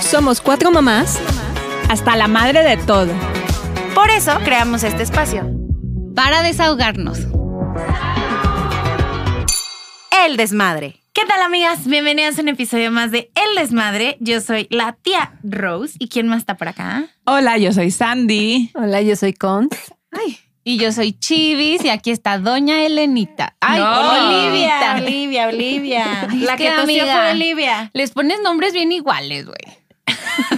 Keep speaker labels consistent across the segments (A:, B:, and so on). A: Somos cuatro mamás
B: hasta la madre de todo.
C: Por eso creamos este espacio.
D: para desahogarnos.
C: El desmadre. ¿Qué tal, amigas? Bienvenidas a un episodio más de El desmadre. Yo soy la tía Rose. ¿Y quién más está por acá?
B: Hola, yo soy Sandy.
A: Hola, yo soy Con.
D: Y yo soy Chivis y aquí está Doña Elenita. Ay,
B: No.
D: Olivia.
C: Olivia, Olivia.
D: Ay,
C: La
D: qué
C: que tosió
D: amiga.
C: fue Olivia.
D: Les pones nombres bien iguales, güey.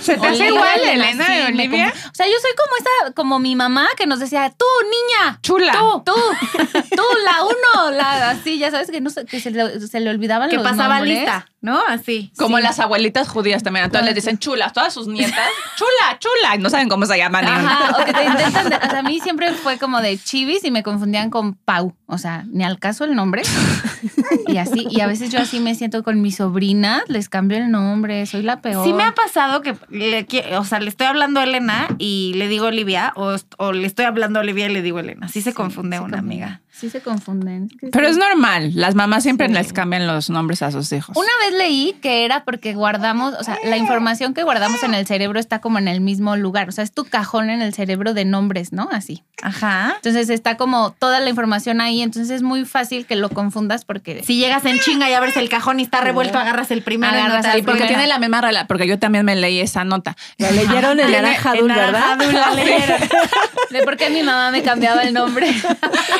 B: ¿Se te hace
D: Olivia,
B: igual
D: Elena,
B: Elena
D: sí,
B: de
D: me
B: Olivia?
D: confu- O sea, yo soy como esa, como mi mamá que nos decía, tú, niña.
B: Chula.
D: Tú, tú, tú, la uno, la así, ya sabes que no sé, que se le, se le olvidaban
C: Que
D: los
C: pasaba
D: nombres.
C: lista, ¿no? Así.
B: Como las abuelitas judías también. A todas les dicen chulas, todas sus nietas. Chula, chula. Y no saben cómo se llaman. ni una.
D: Ajá, o que te intentan, de- o sea, a mí siempre fue como de chivis y me confundían con Pau, o sea, ni al caso el nombre. Y así, y a veces yo así me siento con mis sobrinas, les cambio el nombre, soy la peor.
C: Sí me ha pasado que, le qui- o sea, le estoy hablando a Elena y le digo Olivia, o, o le estoy hablando a Olivia y le digo Elena. Así se confunde
D: se
C: una
D: confunden.
C: amiga.
D: Sí se confunden.
B: Pero es normal. Las mamás siempre les cambian los nombres a sus hijos.
D: Una vez leí que era porque guardamos, o sea, la información que guardamos en el cerebro está como en el mismo lugar, o sea, es tu cajón en el cerebro de nombres, ¿no? Así.
C: Ajá.
D: Entonces está como toda la información ahí, entonces es muy fácil que lo confundas porque...
C: Si llegas en chinga y abres el cajón y está revuelto, agarras el primero y no
D: Agarras
C: te
B: Y
C: das
D: el
B: Ah, porque
C: cuenta.
B: tiene la misma relación. Porque yo también me leí esa nota.
A: La leyeron en
B: Tiene-
A: Naranja
B: en
A: Dul,
B: Naranja
A: ¿verdad?
B: Dul la leyeron.
D: De por qué mi mamá me cambiaba el nombre.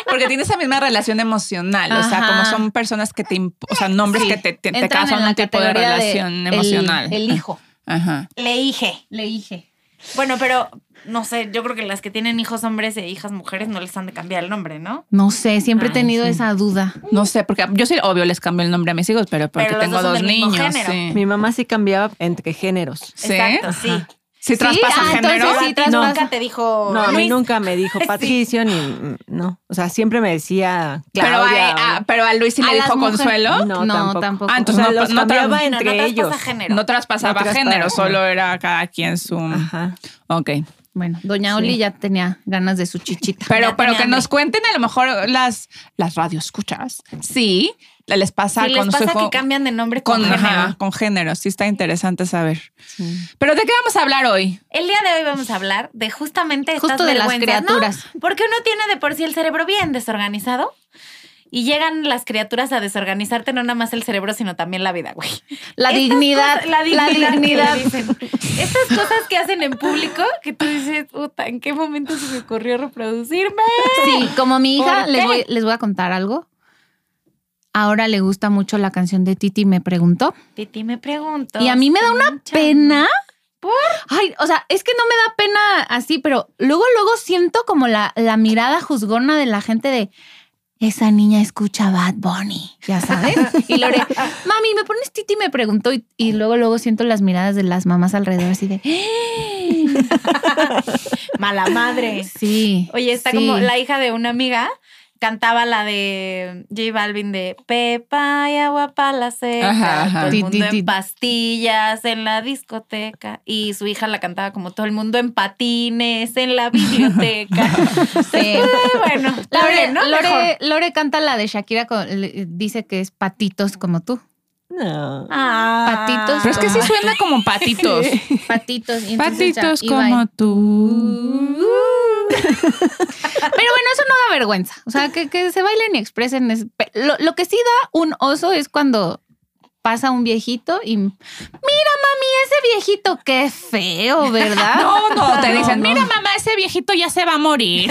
B: Porque tiene esa misma relación emocional. O sea,
D: Ajá.
B: como son personas que te. imp- O sea, nombres que te, te, te
D: Entran en
B: causan
D: la
B: un tipo de
D: categoría de
B: relación
D: el-
B: emocional.
D: el hijo.
B: Ajá.
C: Le dije.
D: Le dije.
C: Bueno, pero no sé, yo creo que las que tienen hijos hombres e hijas mujeres no les han de cambiar el nombre, ¿no?
D: No sé, siempre he
C: Ay,
D: tenido
B: sí.
D: esa duda.
B: No sé, porque yo sí, obvio, les cambio el nombre a mis hijos, pero porque
C: Pero los
B: tengo
C: dos son
B: dos
C: del mismo
B: niños.
C: género.
B: Sí.
A: Mi mamá sí cambiaba entre géneros.
B: ¿Sí?
C: Exacto, sí.
A: Ajá.
B: Si
D: Sí,
B: traspasa
D: ah,
B: género.
C: Pero
D: entonces sí,
C: a ti
D: traspasa.
C: nunca te dijo
A: No, a mí
C: Luis.
A: nunca me dijo
C: Sí.
A: Patricio ni mm, no. O sea, siempre me decía
B: Pero,
A: Claudia.
B: a, a- pero a Luis sí
D: A
B: le
D: las
B: dijo
D: mujeres.
B: Consuelo.
A: o-
B: No,
A: No,
D: No,
A: tampoco.
D: tampoco.
B: Ah, entonces
A: o sea,
B: no-
A: los
B: no
A: cambiaba
B: trans-
A: entre
C: no, no
A: ellos.
C: traspasa género.
B: traspasaba
A: No traspasaba.
B: género, solo era cada quien su.
A: Ajá.
B: Ok.
D: Bueno, doña Oli ya tenía ganas de su chichita.
B: Pero,
C: Ya
B: pero
C: tenía
B: que nos
C: hambre.
B: cuenten a lo mejor las, las radio escuchas. Sí, les pasa
C: Si les
B: con su
C: pasa
B: hijo-
C: que cambian de nombre con,
B: con, ajá,
C: género.
B: con género. Sí, está interesante saber. Pero ¿de qué vamos a hablar hoy?
C: El día de hoy vamos a hablar de justamente estas
D: Justo de las
C: vergüenzas, ¿no?
D: criaturas.
C: Porque uno tiene de por sí el cerebro bien desorganizado y llegan las criaturas a desorganizarte no nada más el cerebro, sino también la vida, güey.
D: La
C: Estas
D: dignidad,
C: cosas-
D: la dignidad.
C: que le dicen. Estas cosas que hacen en público que tú dices, puta, ¿en qué momento se me ocurrió reproducirme?
D: Sí, como mi hija,
C: ¿Por
D: les
C: qué?
D: voy, les voy a contar algo. Ahora le gusta mucho la canción de Titi, me preguntó.
C: Titi me pregunto.
D: Y a mí me da una
C: Chan.
D: pena.
C: ¿Por?
D: Ay, o sea, es que no me da pena así, pero luego, luego siento como la, la mirada juzgona de la gente de esa niña escucha Bad Bunny, ya sabes. Y Lore, mami, me pones Titi, me preguntó, y, y luego, luego siento las miradas de las mamás alrededor así
C: Eh,
D: de
C: Mala madre.
D: sí.
C: Oye, está
D: sí.
C: como la hija de una amiga. Cantaba la de J Balvin de Pepa y agua para la seca,
B: Ajá, ajá.
C: todo el
D: Ti,
C: mundo
D: ti, ti.
C: en pastillas, en la discoteca. Y su hija la cantaba como todo el mundo en patines, en la biblioteca.
D: Sí.
C: Eh, bueno, está
D: Lore,
C: bien, ¿no? Mejor.
D: Lore, Lore canta la de Shakira, con- le- dice que es patitos como tú.
A: No.
C: Ah.
D: Patitos.
B: Pero es que sí suena como patitos.
D: Patitos. y entonces ya,
B: patitos
D: y va.
B: como tú.
D: Pero bueno, eso no da vergüenza. O sea, que, que se bailen y expresen. es- pe- Lo, lo que sí da un oso es cuando pasa un viejito y mira, mami, ese viejito, qué feo, ¿verdad?
B: No, no, te
D: No,
B: dicen,
D: no.
B: mira mamá, ese viejito ya se va a morir.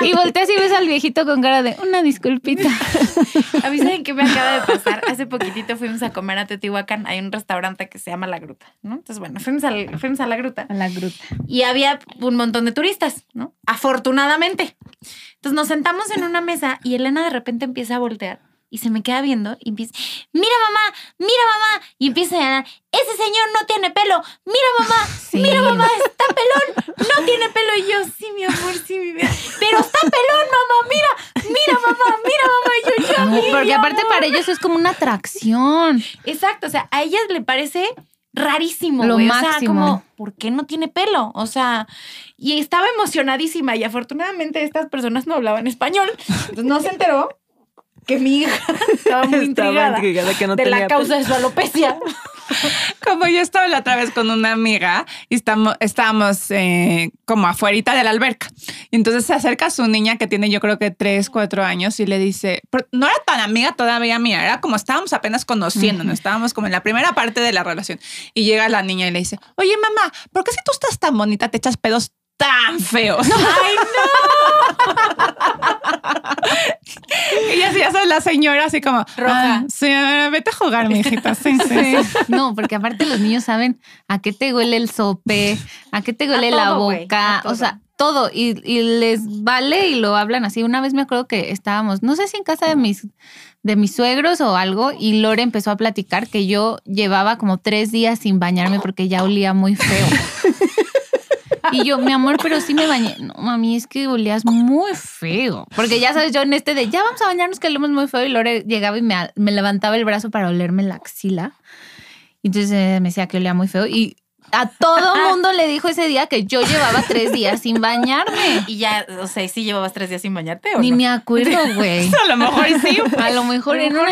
D: Y volteas y ves al viejito con cara de una disculpita.
C: A mí, ¿saben qué me acaba de pasar? Hace poquitito fuimos a comer a Teotihuacán. Hay un restaurante que se llama La Gruta, ¿no? Entonces, bueno, fuimos, al- fuimos a La Gruta
D: A la gruta.
C: y había un montón de turistas, ¿no? Afortunadamente. Entonces, nos sentamos en una mesa y Elena de repente empieza a voltear y se me queda viendo y empieza, mira mamá, mira mamá. Y empieza a llamar, ese señor no tiene pelo, mira mamá, mira mamá, está pelón, no tiene pelo. Y yo, sí, mi amor, sí, mi vida. Pero está pelón, mamá, mira, mira mamá, mira mamá. Y yo, ya, mi
D: porque aparte
C: amor".
D: para ellos es como una atracción.
C: Exacto, o sea, a ellas le parece rarísimo,
D: Lo
C: güey. O sea,
D: máximo. eh.
C: como, ¿por qué no tiene pelo? O sea, y estaba emocionadísima y afortunadamente estas personas no hablaban español, entonces no se enteró que mi hija estaba muy
A: Estaba
C: intrigada
A: intrigada que no
C: de la
A: tenía
C: causa de su alopecia.
B: Como yo estaba la otra vez con una amiga y estamos, estábamos eh, como afuerita de la alberca. Y entonces se acerca su niña que tiene yo creo que 3, 4 años y le dice, pero no era tan amiga todavía mía, era como estábamos apenas conociéndonos, estábamos como en la primera parte de la relación. Y llega la niña y le dice, oye mamá, ¿por qué si tú estás tan bonita te echas pedos tan feos? ¡Ay, no! y así ya sabes, la señora así como,
C: Roja.
B: "Ah, sí, a ver, vete a jugar, mi hijita. Sí, sí, sí.
D: No, porque aparte los niños saben a qué te huele el sope, a qué te huele la
C: todo, güey,
D: boca,
C: a
D: o sea, todo. Y, y les vale y lo hablan así. Una vez me acuerdo que estábamos, no sé si en casa de mis, de mis suegros o algo, y Lore empezó a platicar que yo llevaba como tres días sin bañarme porque ya olía muy feo. Y yo, mi amor, pero sí me bañé. No, mami, es que olías muy feo. Porque ya sabes, yo en este de ya vamos a bañarnos que olemos muy feo. Y Lore llegaba y me, a- me levantaba el brazo para olerme la axila. Y Entonces eh, me decía que olía muy feo. Y a todo mundo le dijo ese día que yo llevaba tres días sin bañarme.
C: Y ya, o sea, sí llevabas tres días sin bañarte o
D: Ni
C: no?
D: me acuerdo, güey.
B: A lo mejor sí.
D: A lo mejor en una.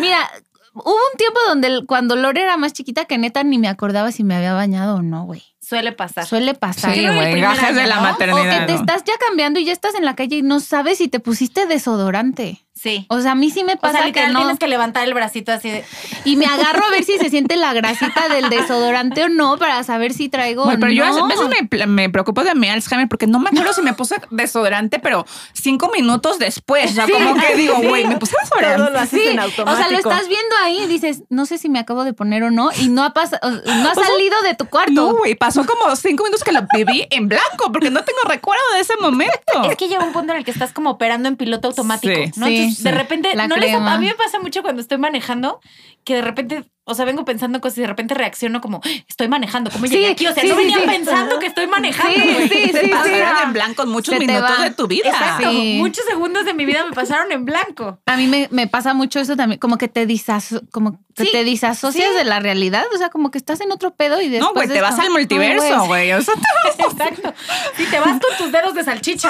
D: Mira, hubo un tiempo donde el- cuando Lore era más chiquita que neta ni me acordaba si me había bañado o no, güey.
C: Suele pasar.
D: Suele pasar.
C: Sí, güey, gajes de la
D: O que te estás ya cambiando y ya estás en la calle y no sabes si te pusiste desodorante.
C: sí.
D: O sea, a mí sí me
C: O
D: pasa
C: sea,
D: que
C: literal
D: no.
C: tienes que levantar el bracito así de.
D: Y me agarro a ver si se siente la grasita del desodorante o no para saber si traigo.
B: Bueno, pero yo
D: no.
B: a veces me, pl- me preocupo de mi Alzheimer porque no me acuerdo si me puse desodorante, pero cinco minutos después. O sea, como que digo, güey, me puse
A: Todo
B: desodorante.
A: lo haces en automático.
D: O sea, lo estás viendo ahí y dices, no sé si me acabo de poner o no, y no ha, pas- o- no ha salido de tu cuarto.
B: Pues, No, güey, pasó como cinco minutos que lo viví en blanco porque no tengo recuerdo de ese momento.
C: Es que llega un punto en el que estás como operando en piloto automático,
B: Sí,
C: ¿no?
D: sí,
C: Entonces, de
D: sí.
C: repente,
D: La
C: no les,
D: crema.
C: a mí me pasa mucho cuando estoy manejando que de repente, o sea, vengo pensando cosas y de repente reacciono como, "Ah, estoy manejando, ¿cómo llegué
D: Sí,
C: aquí? O sea,
D: sí,
C: no
D: sí,
C: venía
D: sí.
C: pensando que estoy manejando.
D: Sí,
C: güey.
D: sí,
B: Te
D: sí, sí.
B: pasaron en blanco en muchos
D: Se te
B: minutos
D: va.
B: de tu vida.
C: Exacto.
D: Sí.
C: Muchos segundos de mi vida me pasaron en blanco.
D: A mí me, me pasa mucho eso también, como que te disaso- como que
C: Sí,
D: te disasocias
C: sí.
D: de la realidad, o sea, como que estás en otro pedo y después
B: No, güey,
D: es
B: te vas
D: como,
B: al
D: "Ay,
B: multiverso,
D: güey".
B: güey. O sea, te-
C: Exacto. Y te vas con tus dedos de salchicha.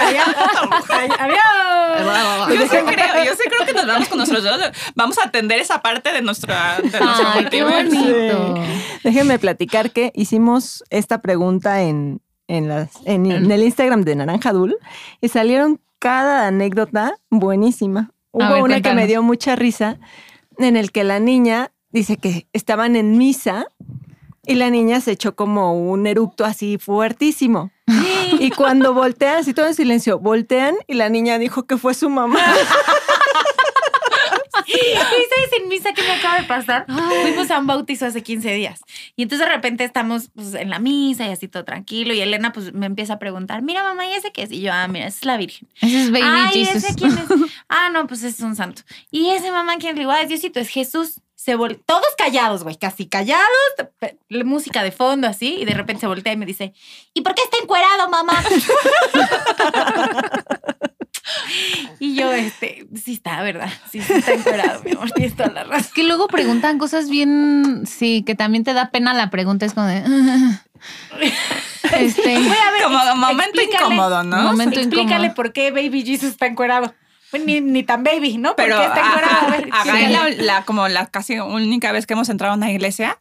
C: Adiós. Adiós.
B: yo sí creo, yo sí creo que nos vamos con nuestros dedos. Vamos a atender esa parte de nuestra de nuestro
D: Ay, qué
B: multiverso.
D: bonito.
A: Déjenme platicar que hicimos esta pregunta en, en, las, en, en el Instagram de Naranja Dul y salieron cada anécdota buenísima. Hubo
D: ver,
A: una que
D: cuéntanos.
A: me dio mucha risa en el que la niña dice que estaban en misa y la niña se echó como un eructo así fuertísimo. Y cuando voltean, así todo en silencio, voltean y la niña dijo que fue su mamá.
C: ¿Y sabes en misa que me acaba de pasar? Fuimos a un bautizo hace 15 días. Y entonces de repente estamos pues, en la misa y así todo tranquilo. Y Elena pues me empieza a preguntar, mira mamá, ¿y ese qué es? Y yo, ah, mira, esa es la Virgen.
D: Ese es Baby
C: Ay,
D: Jesus.
C: ¿ese quién es? Ah, no, pues es un santo. ¿Y ese mamá quién le digo? Ah, es Diosito, es Jesús. Se vol- Todos callados, güey, casi callados. pe- la Música de fondo así. Y de repente se voltea y me dice, ¿y por qué está encuerado, mamá? y yo, este, sí está, ¿verdad? Sí, sí está encuerado, mi amor. Tienes toda la razón.
D: Es que luego preguntan cosas bien, sí, que también te da pena la pregunta, es como de... "Ah". Este,
C: Voy a ver,
B: Como
C: ex-
B: momento
C: explícale-
B: incómodo, ¿no?
D: Momento
C: explícale
D: incómodo.
C: por qué Baby Jesus está encuerado. Pues Ni, ni tan baby, ¿no?
B: pero ah,
C: ¿Por qué está encuerado? A ver,
B: a- a Gael,
C: explícale.
B: la, la- como la casi única vez que hemos entrado a una iglesia,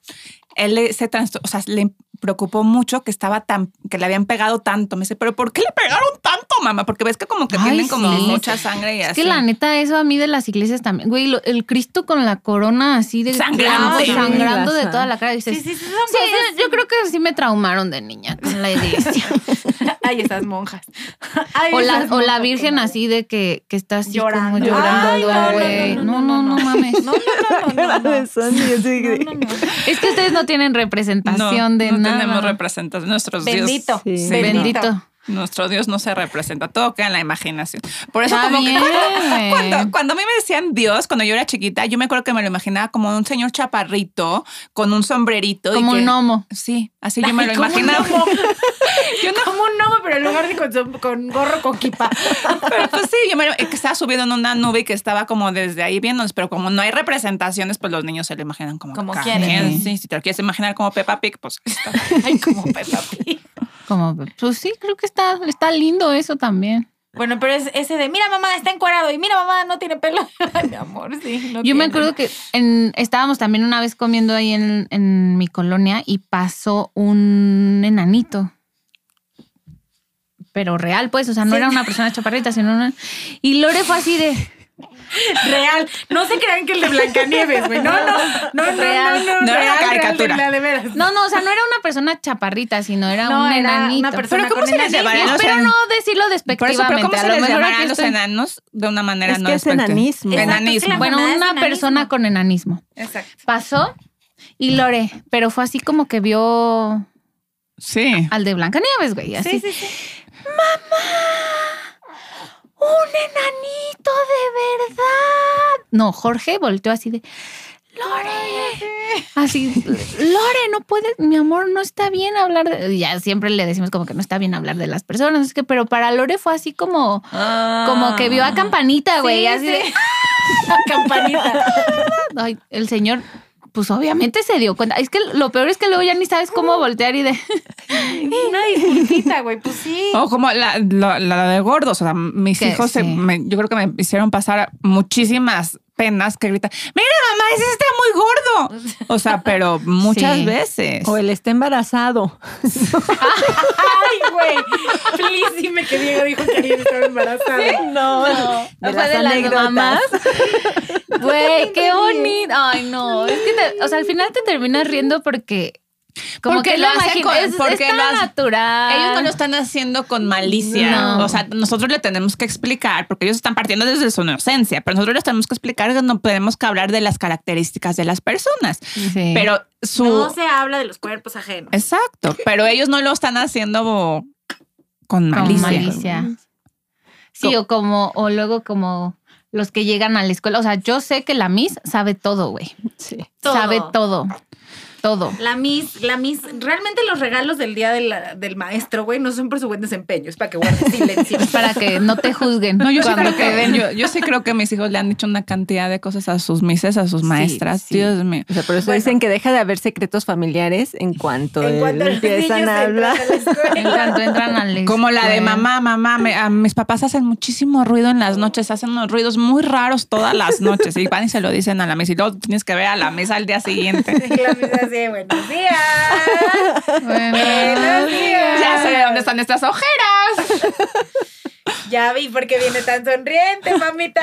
B: él le- se trans- o sea, le preocupó mucho que estaba tan, que le habían pegado tanto. Me dice, pero ¿por qué le pegaron tanto, mamá? Porque ves que como que
D: Ay,
B: tienen como
D: sí.
B: mucha sangre y
D: Es
B: así.
D: que la neta, eso a mí de las iglesias también. Güey, lo- el Cristo con la corona así de
B: Sangrante.
D: clavo, sangrando de
A: Ajá.
D: toda la cara. Dices,
C: Sí,
D: sí,
C: sí, sí, son cosas-
D: yo- yo creo que sí me traumaron de niña con la iglesia.
C: Ay, esas monjas. Ay,
D: O la,
C: esas
D: o la
C: monjas.
D: virgen así de que, que está así
C: Llorando.
D: como
A: Ay, no,
D: llorando,
A: no,
D: güey.
C: no, no,
D: No,
C: no,
D: no, no,
C: no.
D: mames. Pues
C: No, no, no, no, no.
A: Cara de Sandy, así que-
C: No, no, no.
D: Es que ustedes no tienen
B: no,
D: representación de
B: no
D: nada.
B: tenemos representación. Nuestros
C: Bendito,
B: Dios.
A: Sí.
B: sí,
D: Bendito.
B: no, nuestro Dios no se representa. Todo queda en la imaginación. Por eso,
D: Está
B: como que
D: bien.
B: Cuando, cuando a mí me decían Dios, cuando yo era chiquita, yo me acuerdo que me lo imaginaba como un señor chaparrito con un sombrerito. y
D: Como
B: que-
D: un gnomo.
B: Sí, así yo me lo
C: Ay, como un
B: imaginaba.
C: gnomo. Como un gnomo, pero en lugar de con, som- con gorro, con kipa.
B: Pero pues sí, yo me lo- que estaba subido en una nube y que estaba como desde ahí viéndonos, pero como no hay representaciones, pues los niños se lo imaginan como,
C: Como
B: cada
C: quieren.
B: quien. Sí, si te lo quieres imaginar como Peppa Pig, pues está.
C: Ay, como Peppa Pig.
D: Como, pues sí, creo que está, está lindo eso también.
C: Bueno, pero es ese de, mira mamá, está encuerado y mira mamá, no tiene pelo. Ay, Mi amor, sí. no
D: Yo me
C: tiene.
D: acuerdo que en- estábamos también una vez comiendo ahí en, en mi colonia y pasó un enanito. Pero real, pues, o sea, no era una persona chaparrita, sino una. Y Lore fue así de.
C: Real. No se crean que el de Blancanieves, güey. No, no, no, no,
D: Real.
C: no, no.
B: No era
C: real, real,
B: caricatura.
C: la de veras.
D: No, no, o sea, no era una persona chaparrita, sino era
C: No,
D: un
C: era
D: enanito.
C: una persona
B: Pero ¿cómo
C: con
B: se le
C: enanismo.
B: llamará?
D: Pero- y
B: Bueno,
D: espero
B: o sea,
D: no decirlo
B: Por eso,
D: despectivamente.
B: pero ¿cómo
D: a
B: se
D: lo
B: les
D: mejor
B: llamará
D: aquí
B: a los
D: estoy-
B: enanos de una manera
A: Es
B: no
A: que es
B: despectiva?
A: enanismo.
C: Exacto, es que
B: Enanismo.
C: la
D: Bueno,
C: enfermedad es
D: una
C: enanismo.
D: persona con enanismo.
C: Exacto.
D: Pasó y Lore, pero fue así como que vio
B: sí.
D: al de Blancanieves, güey. Así.
C: Sí, sí, sí.
D: ¡Un enanito de verdad! No, Jorge volteó así de. ¡Lore! Así, Lore, no puedes, mi amor, no está bien hablar de. y Ya siempre le decimos como que no está bien hablar de las personas, es que, pero para Lore fue así como, como que vio
B: Ah.
D: a Campanita, güey.
C: Ah. Sí,
D: así de,
C: sí. Campanita.
D: Ay, el señor, pues obviamente se dio cuenta. Es que lo peor es que luego ya ni sabes cómo voltear y de.
C: Una disculpita, güey. Pues sí.
B: O como la, la- la de gordos. O sea, mis
D: Que
B: hijos, se-
D: sí.
B: me- yo creo que me hicieron pasar muchísimas penas que gritan, mira mamá, ese está muy gordo. O sea, pero muchas
D: Sí.
B: veces.
A: O él está embarazado.
C: Ay, güey. Please dime que Diego dijo que alguien estaba embarazada.
A: No,
D: O sea, de las mamás. Güey, qué bonito. Ay, no. Es que, te- o sea, al final te terminas riendo porque. Como
B: Porque
D: que
B: lo
D: lo
B: hacen
D: imagino.
B: con-
D: Es, es
B: porque
D: tan
B: lo hacen-
D: natural.
B: Ellos no lo están haciendo con malicia.
D: Ah. No.
B: O sea, nosotros le tenemos que explicar, porque ellos están partiendo desde su inocencia, pero nosotros les tenemos que explicar que no podemos que hablar de las características de las personas.
D: Sí.
B: Pero su...
C: No se habla de los cuerpos ajenos.
B: Exacto, pero ellos no lo están haciendo con
D: Con
B: malicia.
D: malicia. Sí, o como, o luego como los que llegan a la escuela. O sea, yo sé que la Miss sabe todo, güey.
A: Sí.
C: Todo.
D: Sabe todo. Todo.
C: La Miss, la Miss, realmente los regalos del día de la- del maestro, güey, no son por su buen desempeño, es para que guardes silencio.
D: Para que no te juzguen.
B: No, yo sí,
D: cuando
B: creo
D: te
B: que,
D: ven.
B: yo, yo sí creo que mis hijos le han dicho una cantidad de cosas a sus mises, a sus maestras.
D: sí.
B: Dios mío.
A: O sea, por eso
C: Bueno.
A: dicen que deja de haber secretos familiares en cuanto,
C: en cuanto
A: él
C: los niños
A: empiezan a
C: entran
A: hablar.
C: a la escuela.
D: En cuanto entran a la
B: Como la de
D: escuela.
B: mamá, mamá, me- a mis papás hacen muchísimo ruido en las noches, hacen unos ruidos muy raros todas las noches y van y se lo dicen a la mesa y luego tienes que ver a la mesa al día siguiente.
C: Y la Miss así, buenos días.
D: Bueno.
C: Buenos días.
B: Ya sé dónde están estas ojeras.
C: Ya vi por qué viene tan sonriente, mamita.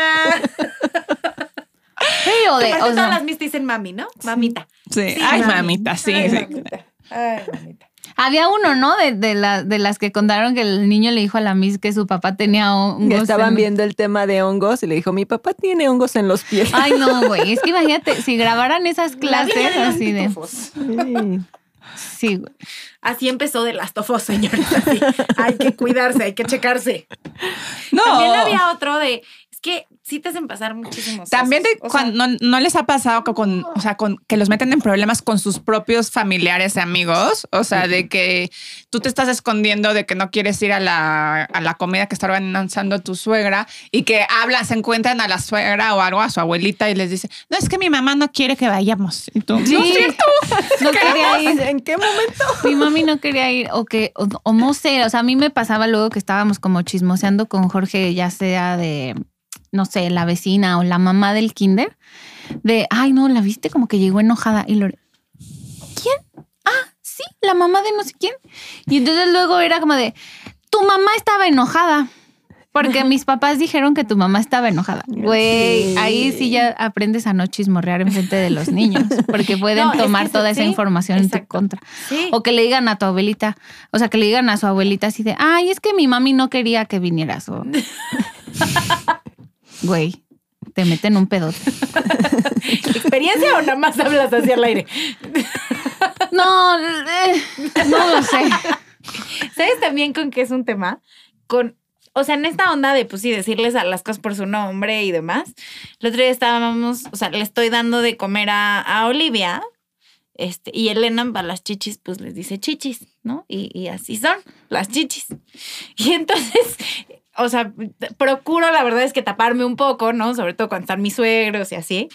D: Sí, o de.
C: Aparte,
D: O
C: todas
D: sea,
C: las Miss te dicen mami, ¿no? Mamita.
B: Sí, ay, mamita, sí.
C: Ay,
B: sí.
C: mamita. Ay, mamita.
D: Había uno, ¿no? De, de, la- de las que contaron que el niño le dijo a la Miss que su papá tenía un
A: Que estaban viendo el tema de hongos y le dijo, mi papá tiene hongos en los pies.
D: Ay, no, güey. Es que imagínate, si grabaran esas
C: La
D: clases
C: vida de
D: así de.
C: los pitufos.
A: Sí.
D: Sí, güey.
C: Así empezó de las tofos, señores. así. Hay que cuidarse, hay que checarse.
B: No.
C: También había otro de. Es que sí te hacen pasar muchísimos.
B: También
C: osos.
B: de
C: O sea,
B: cuando no, no les ha pasado que con, o sea, con que los meten en problemas con sus propios familiares y amigos, o sea, de que tú te estás escondiendo de que no quieres ir a la, a la comida que está organizando tu suegra y que hablan, se encuentran a la suegra o algo a su abuelita y les dice, no es que mi mamá no quiere que vayamos. Y tú, "No es cierto".
D: No quería ir.
A: ¿En qué momento?
D: Mi mami no quería ir. O que, o, o no sé. O sea, a mí me pasaba luego que estábamos como chismoseando con Jorge, ya sea de, no sé, la vecina o la mamá del kinder. De, ay, no, la viste como que llegó enojada. Y Lore, ¿quién? Ah, sí, la mamá de no sé quién. Y entonces luego era como de, tu mamá estaba enojada. Porque mis papás dijeron que tu mamá estaba enojada. Güey,
A: Sí.
D: ahí sí ya aprendes a no chismorrear enfrente de los niños, porque pueden
C: No, es que
D: tomar
C: eso
D: toda esa
C: sí,
D: información en tu
C: exacto.
D: contra.
C: Sí.
D: O que le digan a tu abuelita, o sea, que le digan a su abuelita así de, ay, es que mi mami no quería que vinieras. o- Güey, te meten un pedote.
C: ¿Experiencia o nada más hablas hacia el aire?
D: No, eh, no lo sé.
C: ¿Sabes también con qué es un tema? Con, o sea, en esta onda de, pues sí, decirles a las cosas por su nombre y demás. El otro día estábamos, o sea, le estoy dando de comer a, a Olivia. Este, y Elena para las chichis, pues les dice chichis, ¿no? Y, y así son, las chichis. Y entonces, o sea, procuro, la verdad es que taparme un poco, ¿no? Sobre todo cuando están mis suegros y así.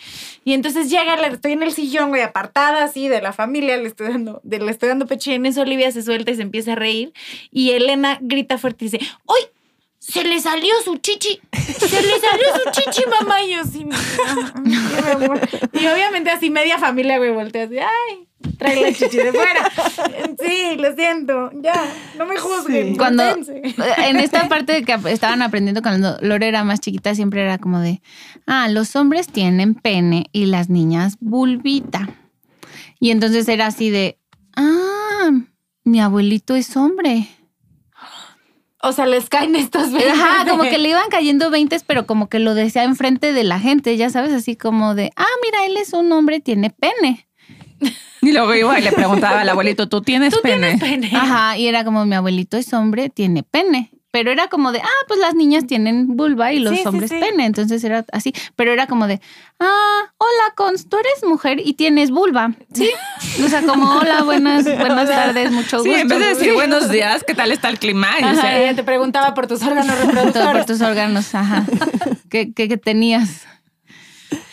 C: Y entonces llega, la- estoy en el sillón, güey, apartada así de la familia, le estoy dando, de- le estoy dando pecho y en eso Olivia se suelta y se empieza a reír. Y Elena grita fuerte y dice, ¡Uy! se le salió su chichi, se le salió su chichi, mamá. Y yo, sí, mi vida, qué horror. Y obviamente así media familia, güey, voltea así, ay, trae la chichi de fuera. Sí, lo siento, ya, no me juzguen.
A: Sí.
D: Cuando
C: conténse.
D: en esta parte de que estaban aprendiendo cuando Lore era más chiquita, siempre era como de, ah, los hombres tienen pene y las niñas vulvita. Y entonces era así de, ah, mi abuelito es hombre.
C: O sea, les caen estos veinte.
D: Ajá, como que le iban cayendo veintes, pero como que lo decía enfrente de la gente, ya sabes, así como de, ah, mira, él es un hombre, tiene pene.
B: Y luego iba y le preguntaba al abuelito, ¿tú tienes
C: Tú
B: pene?
C: tienes pene.
D: Ajá, y era como, mi abuelito es hombre, tiene pene. Pero era como de, ah, pues las niñas tienen vulva y los
C: Sí, sí,
D: hombres
C: sí.
D: pene. Entonces era así. Pero era como de, ah, hola, Cons, tú eres mujer y tienes vulva. Sí. O sea, como, hola, buenas, buenas tardes, mucho
B: Sí,
D: gusto.
B: en vez de decir buenos días, ¿qué tal está el clima? Y dice,
C: Ella te preguntaba por tus órganos
D: Todo por
C: reproductores.
D: tus órganos, ajá. ¿Qué, qué, qué tenías?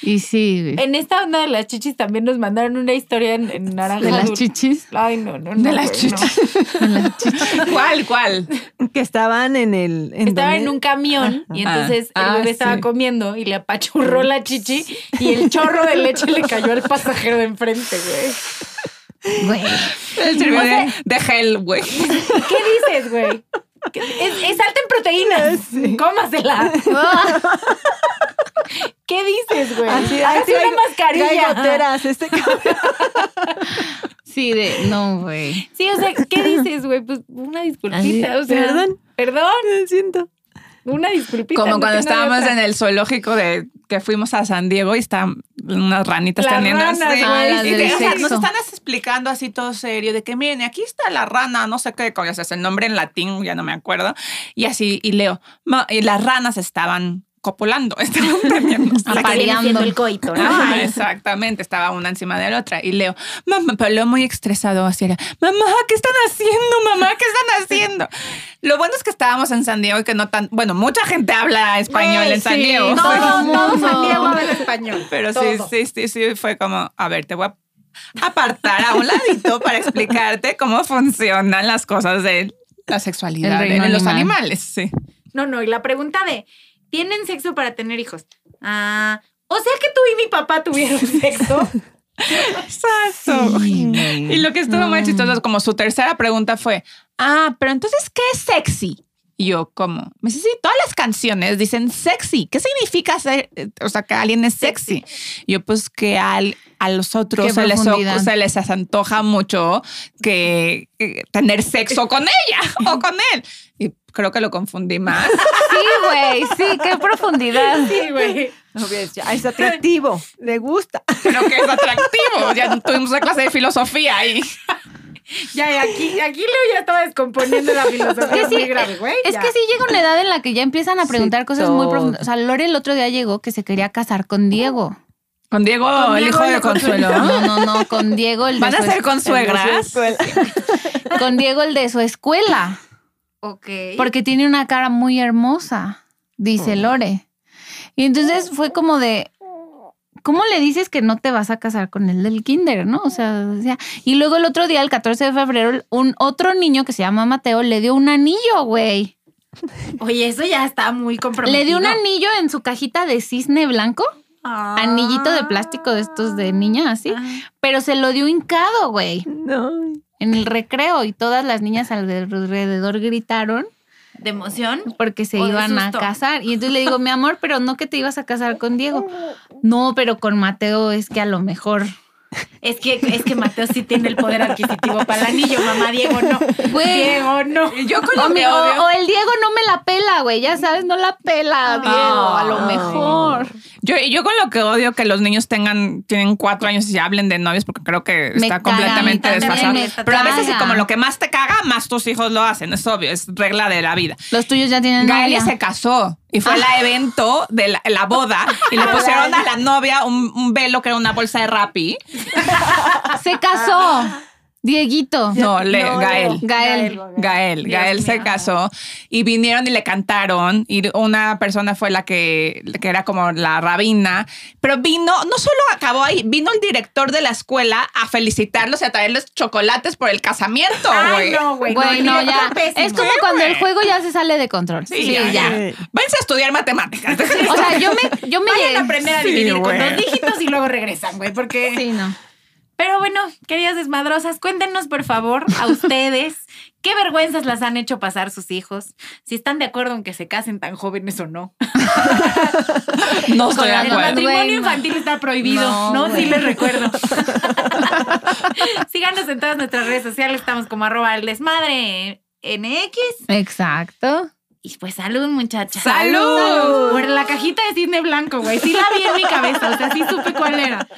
D: Y sí,
C: En esta onda de las chichis también nos mandaron una historia en, en naranja.
D: de las
C: Azul.
D: chichis.
C: Ay, no, no, no.
B: De las
C: güey,
B: chichis.
D: de las chichis.
B: ¿Cuál, cuál?
A: Que estaban en el.
C: no.
A: En
C: Estaba
A: donde-
C: en un camión y
B: Ajá.
C: entonces
B: Ah,
C: el bebé
B: sí.
C: estaba comiendo y le apachurró la chichi y el chorro de leche le cayó al pasajero de enfrente, güey.
D: Güey.
B: El sirvió de, de gel, güey.
C: ¿Qué dices, güey? Que Es, es alta en proteínas. Cómasela. ¿Qué dices, güey? Haz
A: Así, ay, Ah, sí,
C: Ah, una
A: hay- sí,
C: mascarilla.
A: Hay goteras. Este
D: Sí, de, no, güey.
C: Sí, o sea, ¿qué dices, güey? Pues una disculpita,
A: Así,
C: o sea.
A: perdón.
C: Perdón,
A: siento.
C: una disculpita.
B: Como
C: no
B: cuando
C: tengo de
B: estábamos
C: otra.
B: en el zoológico de que fuimos a San Diego y están unas ranitas
C: Las
B: teniendo
C: ranas,
B: así.
C: güey,
D: Ah, las
B: Y
D: del
B: te- o sea, nos
D: sexo.
B: están explicando así todo serio de que miren, aquí está la rana, no sé qué, coño, o sea, es el nombre en latín, ya no me acuerdo. Y así, y leo, "Ma- y las ranas estaban copulando, estaban premiando.
C: O sea, que viene siendo el coito, ¿no?
B: Ah, exactamente, estaba una encima de la otra. Y Leo, mamá, pero Leo muy estresado así era, mamá, ¿qué están haciendo? Mamá, ¿qué están haciendo? Lo bueno es que estábamos en San Diego y que no tan, bueno, mucha gente habla español
D: Güey,
B: en San
D: sí,
B: Diego.
D: todo
B: pero-
C: Todo, todo
D: mundo.
C: San Diego habla español.
B: Pero sí,
C: todo.
B: sí, sí, sí, fue como, a ver, te voy a apartar a un ladito para explicarte cómo funcionan las cosas de la sexualidad
D: El
B: en
D: reino
B: los
D: animal.
B: animales, sí.
C: No, no, y la pregunta de, ¿tienen sexo para tener hijos? Ah, o sea que tú y mi papá tuvieron sexo.
B: Exacto. Y lo que estuvo muy chistoso es como su tercera pregunta fue, ah, pero entonces, ¿qué es sexy? Y yo, ¿cómo? Me dice, sí, todas las canciones dicen sexy. ¿Qué significa ser, eh, o sea, que alguien es sexy? Y yo, pues que al, a los otros
D: Qué
B: se les,
D: profundidad.
B: ocu- se les antoja mucho que, que tener sexo con ella o con él. Y creo que lo confundí más.
D: Sí, güey, sí, qué profundidad.
C: Sí, güey.
A: Es atractivo. Le gusta.
B: Creo que es atractivo. Ya tuvimos una clase de filosofía ahí.
C: Ya, y aquí, aquí Leo ya estaba descomponiendo la filosofía.
D: Es que sí,
C: muy grave, güey.
D: Es
C: ya.
D: que sí llega una edad en la que ya empiezan a preguntar cosas muy
A: todo.
D: profundas. O sea, Lore el otro día llegó que se quería casar con Diego.
B: Con Diego,
C: Con
B: el
C: Diego
B: hijo
C: y
B: de
C: la
B: Consuelo.
D: No, no, no, con Diego el de
B: ¿Ah? ¿Van a
D: su
B: ser consuegras?
D: es- con Diego el de su escuela,
C: Ok.
D: porque tiene una cara muy hermosa, dice Lore. Y entonces fue como de ¿Cómo le dices que no te vas a casar con el del kinder, no? O sea, decía- y luego el otro día, el 14 de febrero, un otro niño que se llama Mateo le dio un anillo, güey.
C: Oye, eso ya está muy comprometido.
D: Le dio un anillo en su cajita de cisne blanco,
C: Ah.
D: anillito de plástico de estos de niña, así,
C: Ah.
D: pero se lo dio hincado, güey,
A: No.
D: en el recreo y todas las niñas alrededor gritaron
C: De emoción.
D: porque se
C: O de
D: iban a
C: susto.
D: casar. Y entonces le digo, mi amor, pero no que te ibas a casar con Diego. No, pero con Mateo es que a lo mejor.
C: Es que, es que Mateo sí tiene el poder adquisitivo para el anillo, mamá Diego no.
D: Güey.
C: Diego no.
B: Yo con
D: O,
B: lo
D: mi-
B: que
D: o-
B: odio-
D: o el Diego no me la pela, güey, ya sabes, no la
C: Ah.
D: pela, Diego, a lo
B: Ay.
D: mejor.
B: Yo, yo con lo que odio que los niños tengan, tienen cuatro años y se hablen de novios porque creo que
D: Me
B: está
D: caga,
B: completamente
D: a mí también
B: desfasado.
D: me
B: Pero a veces
D: caga.
B: como lo que más te caga, más tus hijos lo hacen, es obvio, es regla de la vida.
D: Los tuyos ya tienen
B: Gaelia
D: novia.
B: se casó y fue al evento de la, la boda y le pusieron a la novia un, un velo que era una bolsa de rapi.
C: Ah.
D: se casó. Dieguito.
B: No, le-
A: No,
B: Gael.
A: Leo.
D: Gael.
B: Gael,
C: Dios
B: Gael se
C: mío.
B: casó y vinieron y le cantaron y una persona fue la que, que era como la rabina, pero vino, no solo acabó ahí, vino el director de la escuela a felicitarlos y a traerles chocolates por el casamiento,
C: Ay,
B: güey.
C: no, güey.
D: Güey, no,
C: está
D: ya.
C: pésimo.
D: Es como cuando el juego ya se sale de control.
B: Sí, ya, ya. Váyanse a estudiar matemáticas.
D: O sea, yo me, yo me
C: Vayan a aprender a
B: Sí,
C: dividir con
B: güey.
C: dos dígitos y luego regresan, güey, porque...
D: Sí, no.
C: Pero bueno, queridas desmadrosas, cuéntenos por favor a ustedes qué vergüenzas las han hecho pasar sus hijos, si están de acuerdo en que se casen tan jóvenes o no.
B: no estoy de
D: la
C: El
B: acuerdo.
C: matrimonio
D: Güey, no.
C: infantil está prohibido, ¿no?
D: No,
C: Sí
D: güey.
C: les recuerdo. Síganos en todas nuestras redes sociales, estamos como arroba el desmadre NX.
D: Exacto.
C: Y pues salud, muchachas.
B: ¡Salud!
C: Por la cajita de cisne blanco, güey. Sí la vi en mi cabeza, o sea, sí supe cuál era.